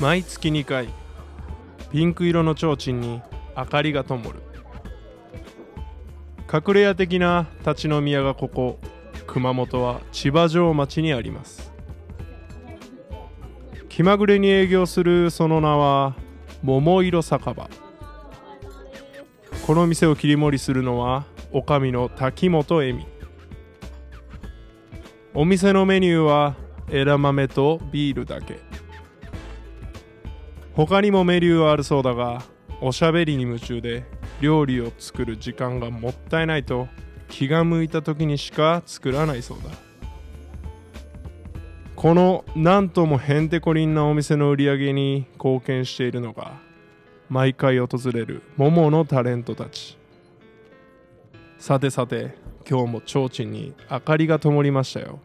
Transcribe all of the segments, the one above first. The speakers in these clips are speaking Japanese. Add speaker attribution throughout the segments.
Speaker 1: 毎月2回ピンク色の提灯に明かりが灯る隠れ家的な立ち飲み屋がここ熊本は千葉城町にあります気まぐれに営業するその名は桃色酒場この店を切り盛りするのは女将の滝本恵美お店のメニューは枝豆とビールだけ他にもメニューはあるそうだがおしゃべりに夢中で料理を作る時間がもったいないと気が向いた時にしか作らないそうだこのなんともへんてこりんなお店の売り上げに貢献しているのが毎回訪れる桃のタレントたちさてさて今日も提灯に明かりが灯りましたよ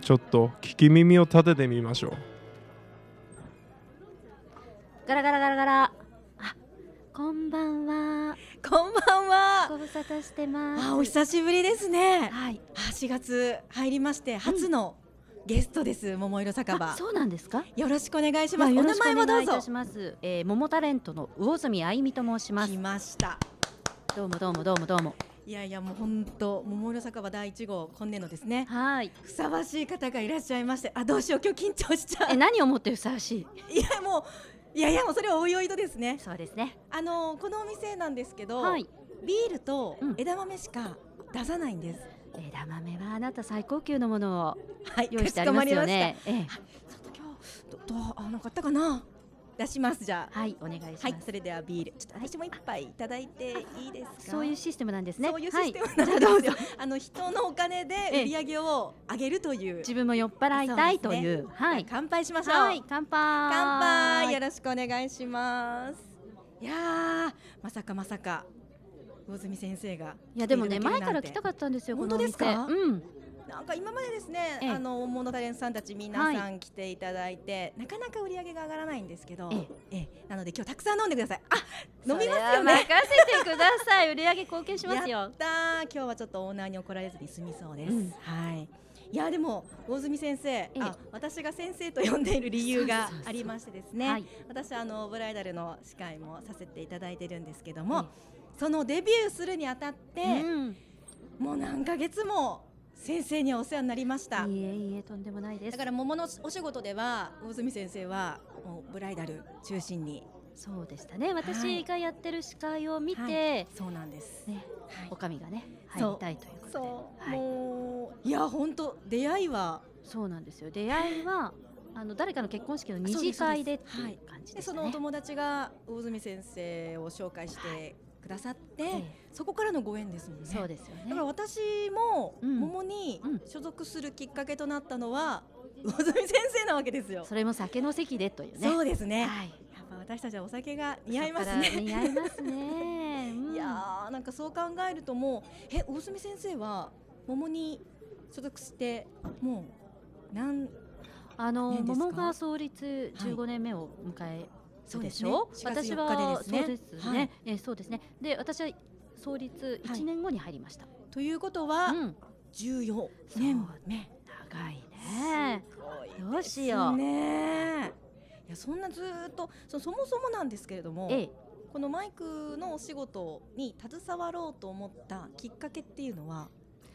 Speaker 1: ちょっと聞き耳を立ててみましょう
Speaker 2: ガラガラガラガラ。あ、こんばんは。
Speaker 3: こんばんは。
Speaker 2: ご無沙汰してます。
Speaker 3: あ、お久しぶりですね。
Speaker 2: はい。
Speaker 3: あ4月入りまして初のゲストです。桃色酒
Speaker 2: あ
Speaker 3: 場、。
Speaker 2: そうなんですか。
Speaker 3: よろしくお願いし
Speaker 2: ま
Speaker 3: ま
Speaker 2: あ
Speaker 3: す。お
Speaker 2: よろ
Speaker 3: 名
Speaker 2: しく
Speaker 3: 前をどう
Speaker 2: お願いいた
Speaker 3: ぞ
Speaker 2: し。ます。えー、桃タレントの魚住あいみと申します
Speaker 3: 来。ました。
Speaker 2: どうもどうもどうもどうも。
Speaker 3: いやいやもう本当桃色酒場第一号今年のですね。
Speaker 2: はい。
Speaker 3: ふさわしい方がいらっしゃいまして、あどうしよう今日緊張しちゃ
Speaker 2: え、
Speaker 3: う。
Speaker 2: 何をもってふさわしい。
Speaker 3: いやもういやいやもうそれはおいおいとですね。
Speaker 2: そうですね。
Speaker 3: あのこのお店なんですけど、
Speaker 2: はい。
Speaker 3: ビールと
Speaker 2: うん
Speaker 3: 枝豆しか出さないんです。
Speaker 2: 枝豆はあなた最高級のものを
Speaker 3: はい、
Speaker 2: 用意してありますよね。ええ
Speaker 3: ちょっと今日どどうあなんかあったかな。出しますじゃあ。
Speaker 2: はい、お願いします。
Speaker 3: はい、それではビール。ちょっと私も一杯いただいていいですか。
Speaker 2: そういうシステムなんですね。
Speaker 3: そういうシステム
Speaker 2: はい
Speaker 3: なんです
Speaker 2: じゃあ
Speaker 3: よ
Speaker 2: どうぞ。
Speaker 3: あの人のお金で売り上げを上げるという。
Speaker 2: 自分も酔っ払いたいという。
Speaker 3: そですね
Speaker 2: はい
Speaker 3: じゃあ。乾杯しましょう。
Speaker 2: はい、乾杯。
Speaker 3: 乾杯よろしくお願いします。いやーまさかまさか魚住先生が
Speaker 2: いやでもね
Speaker 3: 来ていただ
Speaker 2: 前
Speaker 3: けるな
Speaker 2: から
Speaker 3: んて
Speaker 2: 来たかったんですよ
Speaker 3: 本
Speaker 2: このお店
Speaker 3: 当ですか
Speaker 2: うん
Speaker 3: なんか今までですね、
Speaker 2: ええ
Speaker 3: あの大物タレントさんたち皆さん来ていただいて、なかなか売り上げが上がらないんですけど、
Speaker 2: え
Speaker 3: ええなので今日たくさん飲んでください。あ飲み
Speaker 2: それ
Speaker 3: ます
Speaker 2: は
Speaker 3: よね。
Speaker 2: 任せてください売り上げ貢献します
Speaker 3: やっ
Speaker 2: よ
Speaker 3: たー今日はちょっとオーナーに怒られずに済みそうです、
Speaker 2: うん
Speaker 3: はいいやでも大住先生、
Speaker 2: え
Speaker 3: あ私が先生と呼んでいる理由
Speaker 2: そう
Speaker 3: が
Speaker 2: そうそう
Speaker 3: ありましてですね
Speaker 2: はい
Speaker 3: 私あのブライダルの司会もさせていただいてるんですけども、そのデビューするにあたって、
Speaker 2: うん
Speaker 3: もう何ヶ月も先生にはお世話になりました
Speaker 2: いえいえとんでもないです
Speaker 3: だから桃のお仕事では大住先生はもうブライダル中心に
Speaker 2: そうでしたね私がやってる司会を見て、
Speaker 3: はいそうなんです、
Speaker 2: ね
Speaker 3: はい
Speaker 2: おかみがね入
Speaker 3: そう
Speaker 2: りたいということで
Speaker 3: そう、
Speaker 2: はい、
Speaker 3: もういや本当出会いは
Speaker 2: そうなんですよ出会いはあの誰かの結婚式の二
Speaker 3: そうで
Speaker 2: 次
Speaker 3: すそうで
Speaker 2: 会
Speaker 3: す
Speaker 2: でって
Speaker 3: はいいう
Speaker 2: 感じ
Speaker 3: で
Speaker 2: でしたね、
Speaker 3: そのお友達が大泉先生を紹介し
Speaker 2: は
Speaker 3: てくださって、
Speaker 2: え
Speaker 3: そこからのご縁ですもんね。
Speaker 2: えそうですよ
Speaker 3: だから
Speaker 2: ね
Speaker 3: 私も
Speaker 2: うん
Speaker 3: 桃に
Speaker 2: うん
Speaker 3: 所属するきっかけとなったのは大泉先生なわけですよ。
Speaker 2: それも酒の席でというね
Speaker 3: そうですね。
Speaker 2: はい
Speaker 3: やっぱ私たちはお酒が似合います
Speaker 2: そっから
Speaker 3: ね。
Speaker 2: 似合いますね、うん
Speaker 3: いやーなんかそう考えるともうえ大泉先生は桃に所属してもうなん
Speaker 2: あの
Speaker 3: 何ですか
Speaker 2: 桃が創立15年目を迎えるでし
Speaker 3: そう
Speaker 2: ょ、
Speaker 3: ですね
Speaker 2: 私
Speaker 3: 4日で
Speaker 2: は
Speaker 3: で
Speaker 2: そ
Speaker 3: すね
Speaker 2: うですね、
Speaker 3: はい
Speaker 2: えーそうですねで私は創立
Speaker 3: はい
Speaker 2: 1年後に入りました、
Speaker 3: ということは
Speaker 2: うん
Speaker 3: 14
Speaker 2: そう
Speaker 3: 年目。
Speaker 2: 長いね
Speaker 3: すごいですね
Speaker 2: どうしよう
Speaker 3: ねいやそんなずーっとそそもそもなんですけれども、
Speaker 2: ええ
Speaker 3: このマイクのお仕事に携わろうと思ったきっかけっていうのは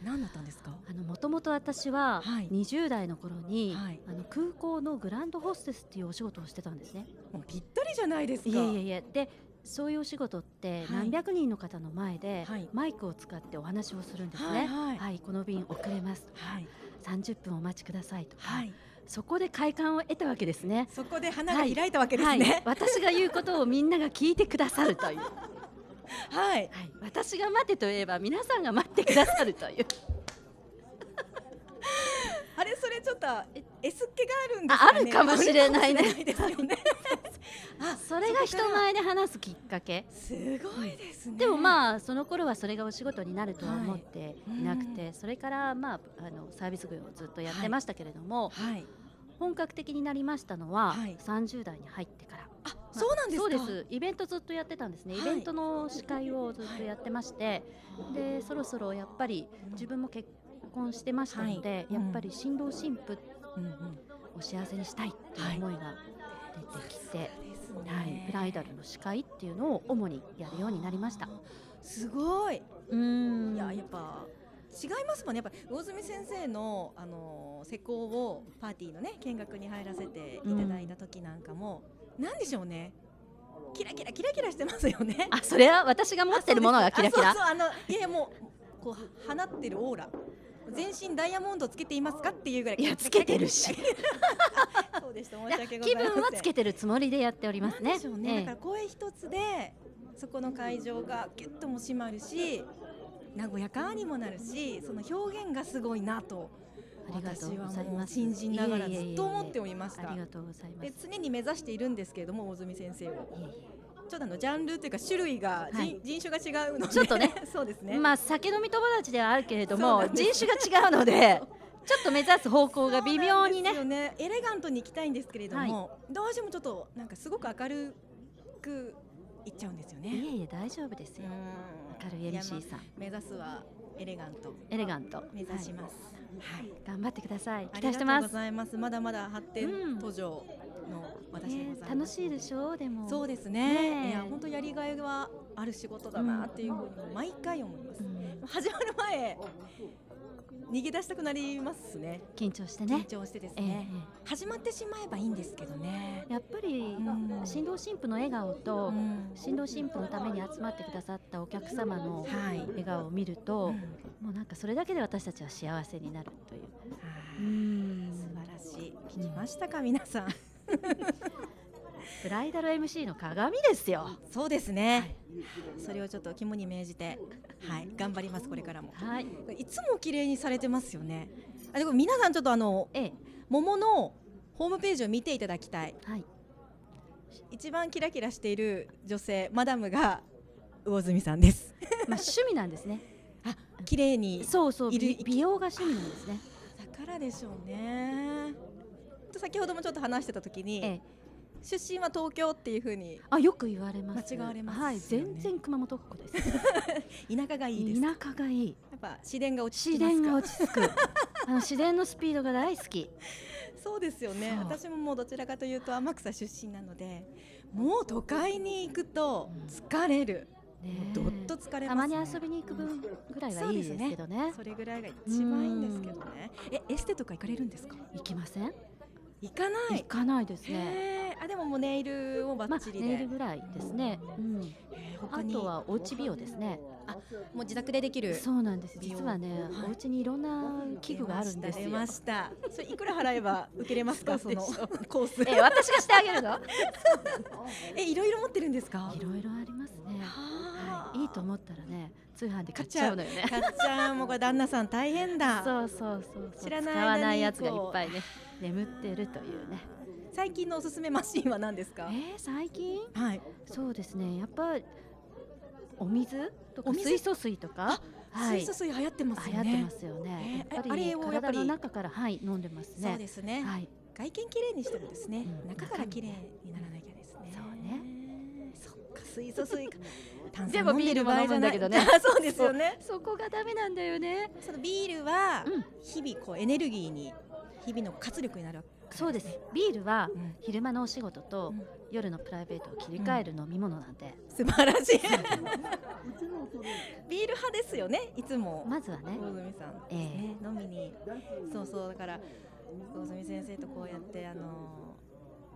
Speaker 3: 何だったんですか
Speaker 2: あのもともと私は
Speaker 3: はい
Speaker 2: 20代の頃に、
Speaker 3: はい
Speaker 2: あの空港のグランドホステスっていうお仕事をしてたんですね
Speaker 3: もうぴったりじゃないですか
Speaker 2: いやいやいやでそういうお仕事って
Speaker 3: はい
Speaker 2: 何百人の方の前で、
Speaker 3: はい
Speaker 2: マイクを使ってお話をするんです
Speaker 3: はい
Speaker 2: ね
Speaker 3: はい
Speaker 2: はい、この便遅れますとか、
Speaker 3: はい、
Speaker 2: 30分お待ちくださいとか、
Speaker 3: はい、
Speaker 2: そこで快感を得たわけですね。
Speaker 3: そこで花が開いたわけですね
Speaker 2: 私が言うことをみんなが聞いてくださるという、は
Speaker 3: はい、
Speaker 2: い、私が待てといえば皆さんが待ってくださるという
Speaker 3: あれそれちょっとえ S っ気があるんです
Speaker 2: あ
Speaker 3: か
Speaker 2: あ
Speaker 3: ね
Speaker 2: るかもしれないね
Speaker 3: あるかもしれないです よねあ
Speaker 2: それが人前で話すきっかけ
Speaker 3: すごいですね
Speaker 2: でも
Speaker 3: あ
Speaker 2: まあその頃はそれがお仕事になるとは思っていなくて、
Speaker 3: はい
Speaker 2: それからまああのサービス業をずっとやってましたけれども、
Speaker 3: はい
Speaker 2: 本格的になりましたのは
Speaker 3: はい
Speaker 2: 30代に入ってから、
Speaker 3: あそうなんです
Speaker 2: そ
Speaker 3: か
Speaker 2: うですイベントずっとやってたんですね、
Speaker 3: はい
Speaker 2: イベントの司会をずっとやってまして、でそろそろやっぱり自分も結婚してましたので、
Speaker 3: はい
Speaker 2: やっぱり新郎新婦
Speaker 3: うんうん
Speaker 2: を幸せにしたいという思いが出てきて、
Speaker 3: です
Speaker 2: はい、ブライダルの司会っていうのを主にやるようになりました
Speaker 3: あ。ー。すごい。
Speaker 2: うん
Speaker 3: いややっぱ違いますもんね。やっぱ魚住先生のあのー施工をパーティーのね見学に入らせていただいた時なんかも、なんでしょうね。キラキラキラキラしてますよね。
Speaker 2: あ、それは私が持ってるものがキラキ
Speaker 3: あ
Speaker 2: ラ。
Speaker 3: そうそうあのいやいやもうこう放ってるオーラ。全身ダイヤモンドつけていますかっていうぐらい。
Speaker 2: いやつけてるし。
Speaker 3: そうでした。申
Speaker 2: い
Speaker 3: し
Speaker 2: や
Speaker 3: 訳ござい
Speaker 2: 気
Speaker 3: ません。
Speaker 2: 分はつけてるつもりでやっております
Speaker 3: なん
Speaker 2: ね
Speaker 3: でしょうね。だ
Speaker 2: え
Speaker 3: から声一つでそこの会場がぎゅっとも締まるし、和やかにもなるし、その表現がすごいなと
Speaker 2: えありがとうござい
Speaker 3: 私はも
Speaker 2: ま
Speaker 3: う
Speaker 2: す
Speaker 3: 新人ながらずっと思って
Speaker 2: り
Speaker 3: おりました。
Speaker 2: ありがとうございます
Speaker 3: で常に目指しているんですけれども大住先生を
Speaker 2: いえい
Speaker 3: ちょっとあのジャンルというか種類が、
Speaker 2: はい
Speaker 3: 人人種が違うので
Speaker 2: ちょっとね
Speaker 3: そうです
Speaker 2: え
Speaker 3: ね、
Speaker 2: まあ酒飲み友達ではあるけれど
Speaker 3: そう
Speaker 2: も
Speaker 3: なんで
Speaker 2: 人
Speaker 3: す
Speaker 2: 種が違う のでちょっと目指す方向が微妙にね
Speaker 3: そうなんですよエレガントに行きたいんですけれども、どうしてもちょっとなんかすごく明るくいっちゃうんですよね。
Speaker 2: いえいえ大丈夫です
Speaker 3: う
Speaker 2: よ
Speaker 3: ん
Speaker 2: 明るい
Speaker 3: いやまあ
Speaker 2: MC さん
Speaker 3: 目指すはエレガント
Speaker 2: エレガント
Speaker 3: 目指し
Speaker 2: は
Speaker 3: ます。はい。
Speaker 2: い頑張ってください
Speaker 3: あ
Speaker 2: 期待
Speaker 3: りが
Speaker 2: し
Speaker 3: と
Speaker 2: て
Speaker 3: う
Speaker 2: ま
Speaker 3: ご
Speaker 2: す
Speaker 3: ざいます。まだまだ発展
Speaker 2: うん
Speaker 3: 途上の私でございます。
Speaker 2: ね楽しいでしょうでも
Speaker 3: そうですね。
Speaker 2: ねえ
Speaker 3: いや本当やりがいはある仕事だなっていうふうに毎回思いま
Speaker 2: う
Speaker 3: す。
Speaker 2: ん
Speaker 3: 始まる前逃げ出したくなりますね。
Speaker 2: 緊張して
Speaker 3: 緊
Speaker 2: ね
Speaker 3: 張してです
Speaker 2: ええ
Speaker 3: ね。始まってしまえばいいんですけどね。
Speaker 2: やっぱり
Speaker 3: うん
Speaker 2: 新郎新婦の笑顔
Speaker 3: う
Speaker 2: と
Speaker 3: ん
Speaker 2: 新郎新婦のために集まってくださったお客様の
Speaker 3: はい。
Speaker 2: 笑顔を見ると、
Speaker 3: うん
Speaker 2: もうなんかそれだけで私たちは幸せになるという。
Speaker 3: 素晴らしい。聞きましたか皆さん。
Speaker 2: ブライダル MC の鏡ですよ。
Speaker 3: そうですね。それをちょっと肝に銘じて、はい、頑張りますこれからも。
Speaker 2: はい。
Speaker 3: いつも綺麗にされてますよね。あでも皆さんちょっとあの
Speaker 2: ええ、
Speaker 3: 桃のホームページを見ていただきたい。
Speaker 2: はい。
Speaker 3: 一番キラキラしている女性マダムが魚住さんです。
Speaker 2: まあ趣味なんです ね。
Speaker 3: 綺麗に。
Speaker 2: そうそう。
Speaker 3: いる
Speaker 2: 美美容が趣味なんですね。
Speaker 3: だからでしょうね。と先ほどもちょっと話してた時に、
Speaker 2: ええ。
Speaker 3: 出身は東京っていう風に
Speaker 2: あ、よく言われます。
Speaker 3: 間違われますよね
Speaker 2: はい。全然熊本っ子です。
Speaker 3: 田舎がいいです。や
Speaker 2: 田舎がいい。
Speaker 3: っぱ自然が落ち
Speaker 2: 自
Speaker 3: 着きます
Speaker 2: 然
Speaker 3: か
Speaker 2: が。落ち 着く。あの自然のスピードが大好き。
Speaker 3: そうですよね
Speaker 2: そう
Speaker 3: 私ももうどちらかというと天草出身なのでもう都会に行くと疲れる、
Speaker 2: ねえ
Speaker 3: どっと疲れます、ね、
Speaker 2: たまに遊びに行く分ぐらいはいいですけどね。
Speaker 3: それぐらいが一番いいんですけどねえエステとか行かれるんですか
Speaker 2: 行きません。
Speaker 3: 行かな
Speaker 2: 行
Speaker 3: い
Speaker 2: かないですね。
Speaker 3: へーあでももうネイルをバ
Speaker 2: ま
Speaker 3: ッ
Speaker 2: あ
Speaker 3: チリで、
Speaker 2: ネイルぐらいですね。うん。
Speaker 3: えー
Speaker 2: あ
Speaker 3: 他に
Speaker 2: とはおうち美容ですね。
Speaker 3: もう自宅でできる
Speaker 2: そうなんです。
Speaker 3: 美容
Speaker 2: 実はね、
Speaker 3: はい
Speaker 2: お家にいろんな器具があるんです
Speaker 3: 出
Speaker 2: よ。
Speaker 3: ました出ましたそれいくら払えば受けれますか
Speaker 2: そ
Speaker 3: そう
Speaker 2: で
Speaker 3: の
Speaker 2: しょ
Speaker 3: コース
Speaker 2: え、私がしてあげるの？
Speaker 3: えいろいろ持ってるんですか
Speaker 2: いろいろありますね。
Speaker 3: は
Speaker 2: は
Speaker 3: ー
Speaker 2: い。いいと思ったらね、通販で買っちゃうのよね。
Speaker 3: かっちゃんもこれ旦那さん大変 だ
Speaker 2: そうそうそうそう。
Speaker 3: 知らない間に
Speaker 2: 使わないやつがいっぱいね、眠ってるというね。
Speaker 3: 最近のおすすめマシンは何ですか
Speaker 2: えー、最近？
Speaker 3: はい
Speaker 2: そうですね。やっぱお水とか
Speaker 3: お水
Speaker 2: 水素水とか、はい。
Speaker 3: 水素水流行ってます
Speaker 2: 流行
Speaker 3: よね
Speaker 2: ってますよね。
Speaker 3: えー
Speaker 2: やっぱ
Speaker 3: あ
Speaker 2: り
Speaker 3: れ
Speaker 2: ね
Speaker 3: をやっぱ
Speaker 2: 体
Speaker 3: り
Speaker 2: の中からはい飲んでます
Speaker 3: そう
Speaker 2: ね。
Speaker 3: ですね、
Speaker 2: はい。
Speaker 3: 外見綺麗にしてもですね、
Speaker 2: うん
Speaker 3: 中から綺麗にならなきゃですね
Speaker 2: そうね
Speaker 3: そっか水素水か 炭
Speaker 2: でも
Speaker 3: 飲んる
Speaker 2: ビールも飲むんだけどね
Speaker 3: 場合じゃない そうですよね
Speaker 2: そこがダメなんだよね。
Speaker 3: そのビールは
Speaker 2: うん
Speaker 3: 日々こうエネルギーに日々の活力になるわけね
Speaker 2: そうです。ビールは
Speaker 3: うん
Speaker 2: 昼間のお仕事と
Speaker 3: うん
Speaker 2: 夜のプライベートを切り替える飲み物なんで、
Speaker 3: 素晴らしいビール派ですよねいつも
Speaker 2: まずはね、
Speaker 3: 大泉さんですね、飲みにそうそうだから大泉先生とこうやってあの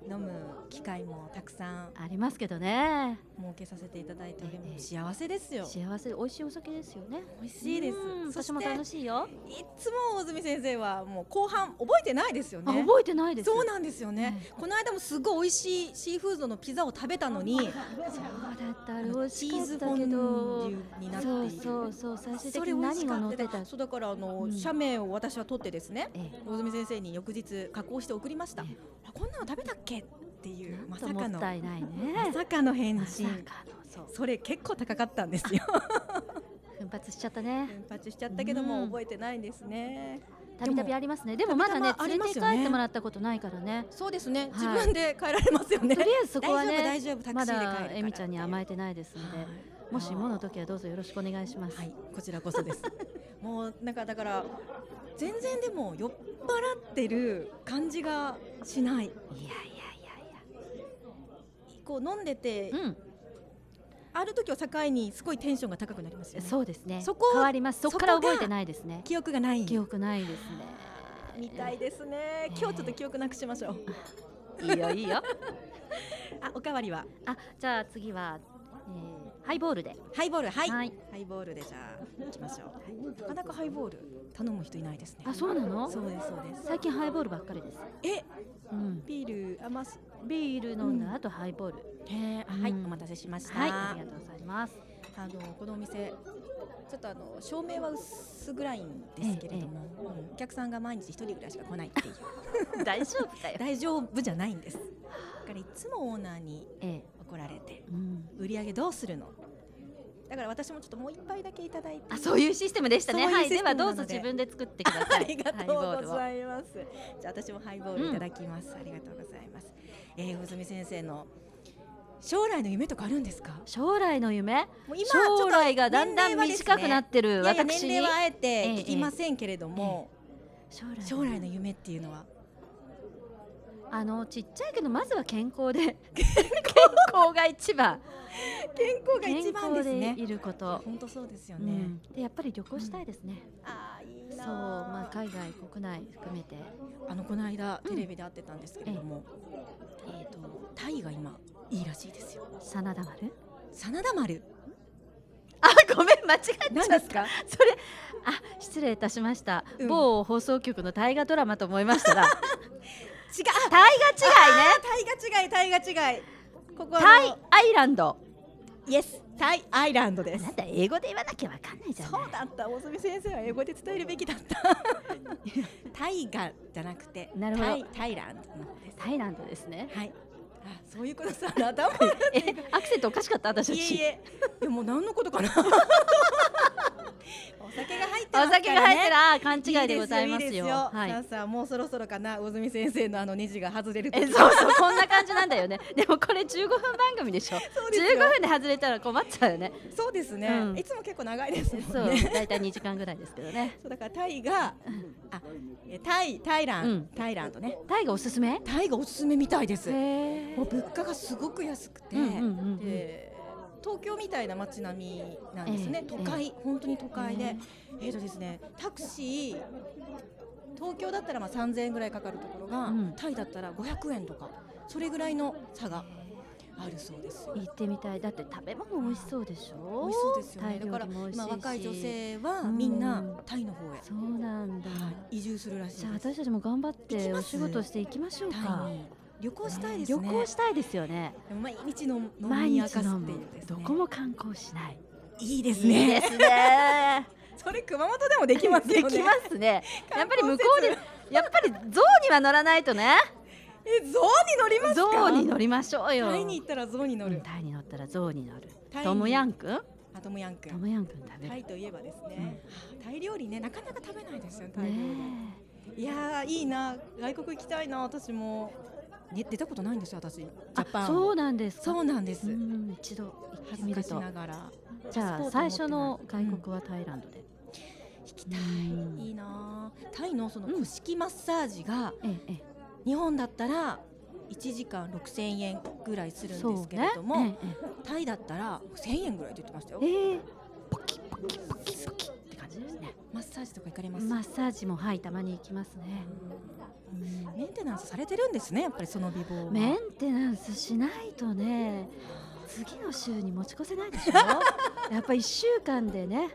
Speaker 3: 飲む機会もたくさん
Speaker 2: ありますけどね
Speaker 3: 設けさせていただいており
Speaker 2: ええ
Speaker 3: ます幸せですよ
Speaker 2: 幸せで美味しいお酒ですよね
Speaker 3: 美味しいです
Speaker 2: うん
Speaker 3: そ
Speaker 2: 私
Speaker 3: して
Speaker 2: も楽しいよ、
Speaker 3: いつも大泉先生はもう後半覚えてないですよね
Speaker 2: あ覚えてないです
Speaker 3: そうなんですよね、
Speaker 2: え
Speaker 3: この間もすごい美味しいシーフードのピザを食べたのに
Speaker 2: そうだったあ
Speaker 3: あ
Speaker 2: れ美
Speaker 3: の
Speaker 2: 味
Speaker 3: チ
Speaker 2: しか
Speaker 3: ー
Speaker 2: っ
Speaker 3: ズフ
Speaker 2: た
Speaker 3: ォンデ
Speaker 2: けど
Speaker 3: ュになってい
Speaker 2: そう
Speaker 3: る
Speaker 2: そうそう最終
Speaker 3: そ
Speaker 2: 的
Speaker 3: れ
Speaker 2: に
Speaker 3: 美
Speaker 2: 何
Speaker 3: 味しか
Speaker 2: が乗
Speaker 3: っ
Speaker 2: ったてた
Speaker 3: そうだからあの、
Speaker 2: うん
Speaker 3: 写メを私は取ってですね
Speaker 2: ええ
Speaker 3: 大泉先生に翌日加工して送りました、
Speaker 2: ええ
Speaker 3: あこんなの食べたっけっていう
Speaker 2: なん
Speaker 3: ま
Speaker 2: と
Speaker 3: さ
Speaker 2: も
Speaker 3: か
Speaker 2: っ
Speaker 3: の
Speaker 2: たいないね
Speaker 3: まさかの返
Speaker 2: まさ
Speaker 3: 信
Speaker 2: かのそう
Speaker 3: それ結構高かったんですよ
Speaker 2: 奮発しちゃったね
Speaker 3: 奮発しちゃったけども
Speaker 2: うん
Speaker 3: 覚えてないんですね、
Speaker 2: たびたびありますねでも
Speaker 3: たび
Speaker 2: ま
Speaker 3: た
Speaker 2: だ
Speaker 3: び
Speaker 2: ね
Speaker 3: あり
Speaker 2: 連
Speaker 3: ま
Speaker 2: れて
Speaker 3: すよ
Speaker 2: 帰
Speaker 3: ね
Speaker 2: ってもらったことないからね
Speaker 3: そうですね、
Speaker 2: はい
Speaker 3: 自分で帰られますよね
Speaker 2: とりあえずそこはね
Speaker 3: 大丈夫大丈夫タ
Speaker 2: ま
Speaker 3: クシーで帰るから
Speaker 2: だエミちゃんに甘えてないですのでもしもの時はどうぞよろしくお願いします、
Speaker 3: はいこちらこ そですもうなんかだから全然でも酔っ払ってる感じがしな
Speaker 2: いやいや
Speaker 3: い
Speaker 2: いやい
Speaker 3: こう飲んでて、
Speaker 2: うん、
Speaker 3: ある時を境にすごいテンションが高くなりますよね
Speaker 2: そうですね。
Speaker 3: そこ
Speaker 2: 変わります。そこから
Speaker 3: そこが
Speaker 2: 覚えてないですね。
Speaker 3: 記憶がない
Speaker 2: 記憶ないですね。
Speaker 3: みたいですね今日ちょっと記憶なくしましょう
Speaker 2: いいよいいよ。
Speaker 3: あおかわりは
Speaker 2: あ、じゃあ次は、えー、ハイボールで。
Speaker 3: ハイボールはい、
Speaker 2: はい
Speaker 3: ハイボールでじゃあ行きましょう、なかなかハイボール頼む人いないですね
Speaker 2: あ、そうなの？
Speaker 3: そうですそうです
Speaker 2: 最近ハイボールばっかりです。
Speaker 3: え
Speaker 2: うん。
Speaker 3: ビールあます
Speaker 2: ビール飲んだ後ハイボール。
Speaker 3: へ
Speaker 2: うん
Speaker 3: はいお待たせしました、
Speaker 2: はい、ありがとうございます。
Speaker 3: あのこのお店ちょっとあの照明は薄暗いんですけれども、うんお客さんが毎日一人ぐらいしか来ないっていう
Speaker 2: 大丈夫かよ。
Speaker 3: 大丈夫じゃないんですだからいつもオーナーに
Speaker 2: え
Speaker 3: 怒られて
Speaker 2: え、うん。
Speaker 3: 売り上げどうするのだから私もちょっともう一杯だけいただいて
Speaker 2: あ、そういうシステムでしたね。
Speaker 3: そういう
Speaker 2: はい、
Speaker 3: シス
Speaker 2: で
Speaker 3: テムな
Speaker 2: は
Speaker 3: ので
Speaker 2: どうぞ自分で作ってくださ
Speaker 3: あ
Speaker 2: い。
Speaker 3: りがと う
Speaker 2: ハイ
Speaker 3: ご
Speaker 2: ボールを
Speaker 3: ざいます。じゃあ私もハイボールいただきます。ありがとうございます。えー、穂積先生の将来の夢とかあるんですか？
Speaker 2: 将来の夢？
Speaker 3: もう
Speaker 2: 将来がだんだん
Speaker 3: 年齢はですね
Speaker 2: 短くなってる
Speaker 3: いやいや年
Speaker 2: 私に
Speaker 3: 齢はあえて聞きませんけれども、
Speaker 2: 将来
Speaker 3: 将来の夢っていうのは
Speaker 2: あのちっちゃいけどまずは健康で健康が一番
Speaker 3: 健康が一
Speaker 2: 健
Speaker 3: 番で
Speaker 2: 康
Speaker 3: す
Speaker 2: で
Speaker 3: ね。
Speaker 2: いること、
Speaker 3: 本当そうですよ
Speaker 2: う
Speaker 3: ね。
Speaker 2: ん、でやっぱり旅行したいですね、
Speaker 3: ああいい
Speaker 2: そ
Speaker 3: な
Speaker 2: う
Speaker 3: ー。
Speaker 2: まあ海外国内含めて
Speaker 3: あのこの間
Speaker 2: うん
Speaker 3: テレビで会ってたんですけれども、えっ、とタイが今いいらしいですよ。
Speaker 2: 真田丸
Speaker 3: 真田丸
Speaker 2: あごめん間違え
Speaker 3: 何
Speaker 2: ちゃ
Speaker 3: で
Speaker 2: っ
Speaker 3: す
Speaker 2: た
Speaker 3: か？
Speaker 2: それあ失礼いたしました、
Speaker 3: うん
Speaker 2: 某放送局の大河ドラマと思いま したら
Speaker 3: 違う。
Speaker 2: 大河違いね
Speaker 3: タイが違い、タイが違い。ここは
Speaker 2: タ
Speaker 3: あ
Speaker 2: イ
Speaker 3: の
Speaker 2: アイランド
Speaker 3: イエス、タイアイランドで
Speaker 2: な
Speaker 3: す
Speaker 2: ん。だ英語で言わなきゃわかんないじゃん
Speaker 3: そうだった、大住先生は英語で伝えるべきだった。タイガじゃなくて、
Speaker 2: なるほど
Speaker 3: タイタイランドの方です。
Speaker 2: タイランドですね
Speaker 3: はい。あ、そういうことさ、頭。
Speaker 2: えアクセントおかしかった私
Speaker 3: い
Speaker 2: た
Speaker 3: え
Speaker 2: ち
Speaker 3: いえ、でも何のこと かな。お酒が入ってますからね。
Speaker 2: お酒が入った
Speaker 3: る。
Speaker 2: ら勘違いでございますよ
Speaker 3: いいで
Speaker 2: は
Speaker 3: さあ
Speaker 2: い
Speaker 3: さあもうそろそろかな、大住先生のあのネジが外れる。
Speaker 2: えそうそうこんな感じなんだよねでもこれ15分番組でしょ
Speaker 3: そうです
Speaker 2: 15
Speaker 3: よ
Speaker 2: 分で外れたら困っちゃうよね
Speaker 3: そうですね、
Speaker 2: うん
Speaker 3: いつも結構長いですもんね。
Speaker 2: そう大体2時間ぐらいですけどね
Speaker 3: そうだからタイが、あ、えタイ、タイラン、
Speaker 2: うん
Speaker 3: タイランとね、
Speaker 2: タイがおすすめ
Speaker 3: タイがおすすめみたいです。も
Speaker 2: へ
Speaker 3: う物価がすごく安くて、
Speaker 2: うんうんうんうん
Speaker 3: で東京みたいな街並みなんですね。
Speaker 2: ええ
Speaker 3: 都会、本当に都会
Speaker 2: え
Speaker 3: で、えーとですね、タクシー。東京だったらまあ3000円ぐらいかかるところが、
Speaker 2: うん
Speaker 3: タイだったら500円とかそれぐらいの差があるそうですよ。
Speaker 2: 行ってみたいだって食べ物美味しそうでしょ
Speaker 3: 美味しそうですよ
Speaker 2: タ
Speaker 3: ね。
Speaker 2: イ
Speaker 3: だ
Speaker 2: 料
Speaker 3: から
Speaker 2: 理も美味しいし
Speaker 3: 今若い女性は
Speaker 2: うん
Speaker 3: みんなタイの方へ、
Speaker 2: そうなんだ
Speaker 3: はい移住するらしいです。
Speaker 2: じゃあ私たちも頑張っ
Speaker 3: 行き
Speaker 2: て
Speaker 3: ま
Speaker 2: お
Speaker 3: す
Speaker 2: 仕事していきましょうか
Speaker 3: タイに旅行したいです
Speaker 2: 旅
Speaker 3: ね。
Speaker 2: 行したいですよね
Speaker 3: でも毎日の飲
Speaker 2: 毎
Speaker 3: み明か
Speaker 2: 日
Speaker 3: すって
Speaker 2: 飲
Speaker 3: い
Speaker 2: む
Speaker 3: うですね。
Speaker 2: どこも観光しない
Speaker 3: いいで
Speaker 2: い
Speaker 3: す
Speaker 2: い
Speaker 3: ね。
Speaker 2: ですね
Speaker 3: それ熊本で もできますよね。
Speaker 2: できますねやっぱり向こう
Speaker 3: 観
Speaker 2: で
Speaker 3: 光
Speaker 2: やっぱり象には乗らないとね
Speaker 3: 施設。え、象に乗りますか。
Speaker 2: 象に乗りましょうよ
Speaker 3: タイに行ったら象に乗
Speaker 2: う
Speaker 3: る
Speaker 2: ん。タイに乗ったら象に乗る
Speaker 3: タイに
Speaker 2: トムヤンくん
Speaker 3: あトムヤンく
Speaker 2: ト
Speaker 3: ん。
Speaker 2: ムヤンくん食べ
Speaker 3: タイ
Speaker 2: る
Speaker 3: といえばですね。タイ料理ねなかなか食べないですよね。タイ料
Speaker 2: ね
Speaker 3: 理。いやーいいな外国行きたいな私も。ね出たことないんですよ私。ジ
Speaker 2: え
Speaker 3: ャパ
Speaker 2: あ
Speaker 3: ン。
Speaker 2: そうなんですか
Speaker 3: そうなんで
Speaker 2: う
Speaker 3: す。
Speaker 2: ん一度行って
Speaker 3: 恥ず
Speaker 2: み
Speaker 3: か
Speaker 2: る
Speaker 3: し
Speaker 2: と
Speaker 3: ながら
Speaker 2: じゃ
Speaker 3: パ
Speaker 2: あ
Speaker 3: スポート持ってない
Speaker 2: 最初の外国はタイランドで
Speaker 3: 行きたい。
Speaker 2: うん
Speaker 3: いいなータイのその
Speaker 2: うん
Speaker 3: 古式マッサージが。
Speaker 2: えええ
Speaker 3: 日本だったら1時間6000円ぐらいす
Speaker 2: え
Speaker 3: るん
Speaker 2: そう
Speaker 3: ですけれども、
Speaker 2: ねえ
Speaker 3: タイだったら1000円ぐらいと言ってましたよ
Speaker 2: えええポキポキポキポキって感じですね
Speaker 3: マッサージとか行かれます、
Speaker 2: マッサージもはいたまに行きますね
Speaker 3: うんメンテナンスされてるんですねやっぱりその美貌は
Speaker 2: メンテナンスしないとね次の週に持ち越せないで しょやっぱ一週間でね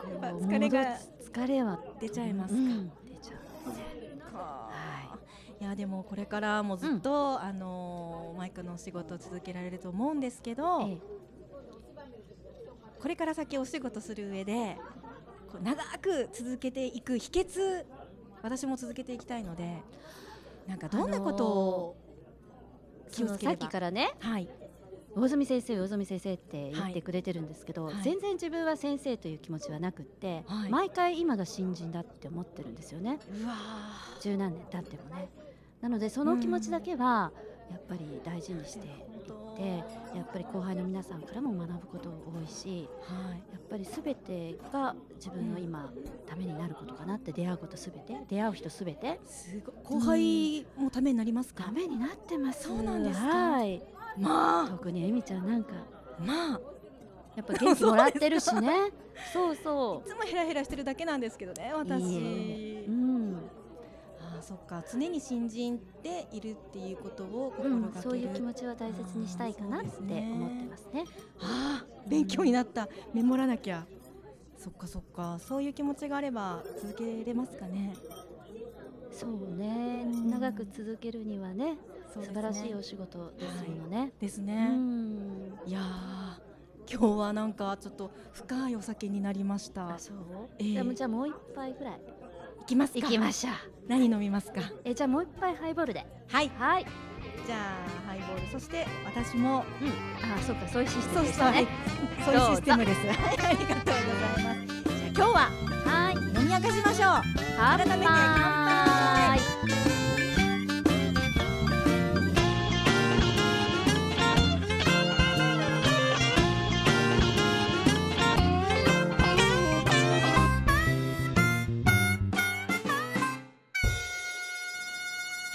Speaker 2: こう
Speaker 3: やっぱ疲れが
Speaker 2: 戻す疲れは
Speaker 3: 出ちゃいますか、
Speaker 2: うん出ちゃうんですね
Speaker 3: か
Speaker 2: はい
Speaker 3: やでもこれからもずっと、あのーマイクのお仕事を続けられると思うんですけど、
Speaker 2: ええ
Speaker 3: これから先お仕事する上でこう長く続けていく秘訣私も続けていきたいのでなんかどんなことを気
Speaker 2: そ
Speaker 3: を
Speaker 2: の
Speaker 3: つけ
Speaker 2: さ
Speaker 3: れば
Speaker 2: っきからね
Speaker 3: はい、
Speaker 2: 魚住先生魚住先生って言ってくれてるんですけど、
Speaker 3: はいはい
Speaker 2: 全然自分は先生という気持ちはなくって、
Speaker 3: はい
Speaker 2: 毎回今が新人だって思ってるんですよね
Speaker 3: うわ
Speaker 2: 十何年経ってもねなのでその気持ちだけはやっぱり大事にしていってやっぱり後輩の皆さんからも学ぶこと多いし
Speaker 3: はい、
Speaker 2: やっぱり全てが自分の今ためになることかなって出会うこと全て出会う人全て
Speaker 3: すごい後輩もためになりますか
Speaker 2: ダメになってます
Speaker 3: そうなんですか
Speaker 2: はい
Speaker 3: まあ
Speaker 2: 特にえみちゃんなんか
Speaker 3: まあ
Speaker 2: やっぱ元気もらってるし ねそうそ
Speaker 3: いつもヘラヘラしてるだけなんですけどね私
Speaker 2: いいう、うん、
Speaker 3: ああそっか常に新人でいるっていうことを
Speaker 2: う
Speaker 3: 心が
Speaker 2: ん
Speaker 3: け、る、
Speaker 2: そういう気持ちは大切にしたいかなって思ってますね。
Speaker 3: ああ勉強になったメモらなきゃそっかそっかそういう気持ちがあれば続けれますかね
Speaker 2: そうね、
Speaker 3: ん
Speaker 2: 長く続けるにはね、
Speaker 3: そう
Speaker 2: 素
Speaker 3: ですね
Speaker 2: 晴らしいお仕事ですものね。
Speaker 3: です
Speaker 2: う
Speaker 3: ね、
Speaker 2: ん、
Speaker 3: いやー今日はなんかちょっと深いお酒になりました
Speaker 2: あ、そう。
Speaker 3: ええ
Speaker 2: でもじゃあもう一杯ぐらい
Speaker 3: いきますか
Speaker 2: 行きましょう。
Speaker 3: 何飲みますか
Speaker 2: えじゃあもう一杯ハイボールで。
Speaker 3: はい
Speaker 2: はい。
Speaker 3: じゃあハイボールそして私も
Speaker 2: うん。あ、そうか、そういうシステム
Speaker 3: そう
Speaker 2: で
Speaker 3: し
Speaker 2: したた
Speaker 3: はい
Speaker 2: ね。
Speaker 3: そういうシステムですはいありがとうございますじゃあ今日は
Speaker 2: はい。
Speaker 3: 飲み明かしましょう
Speaker 2: 乾
Speaker 3: 改めて乾
Speaker 2: 杯
Speaker 3: 杯。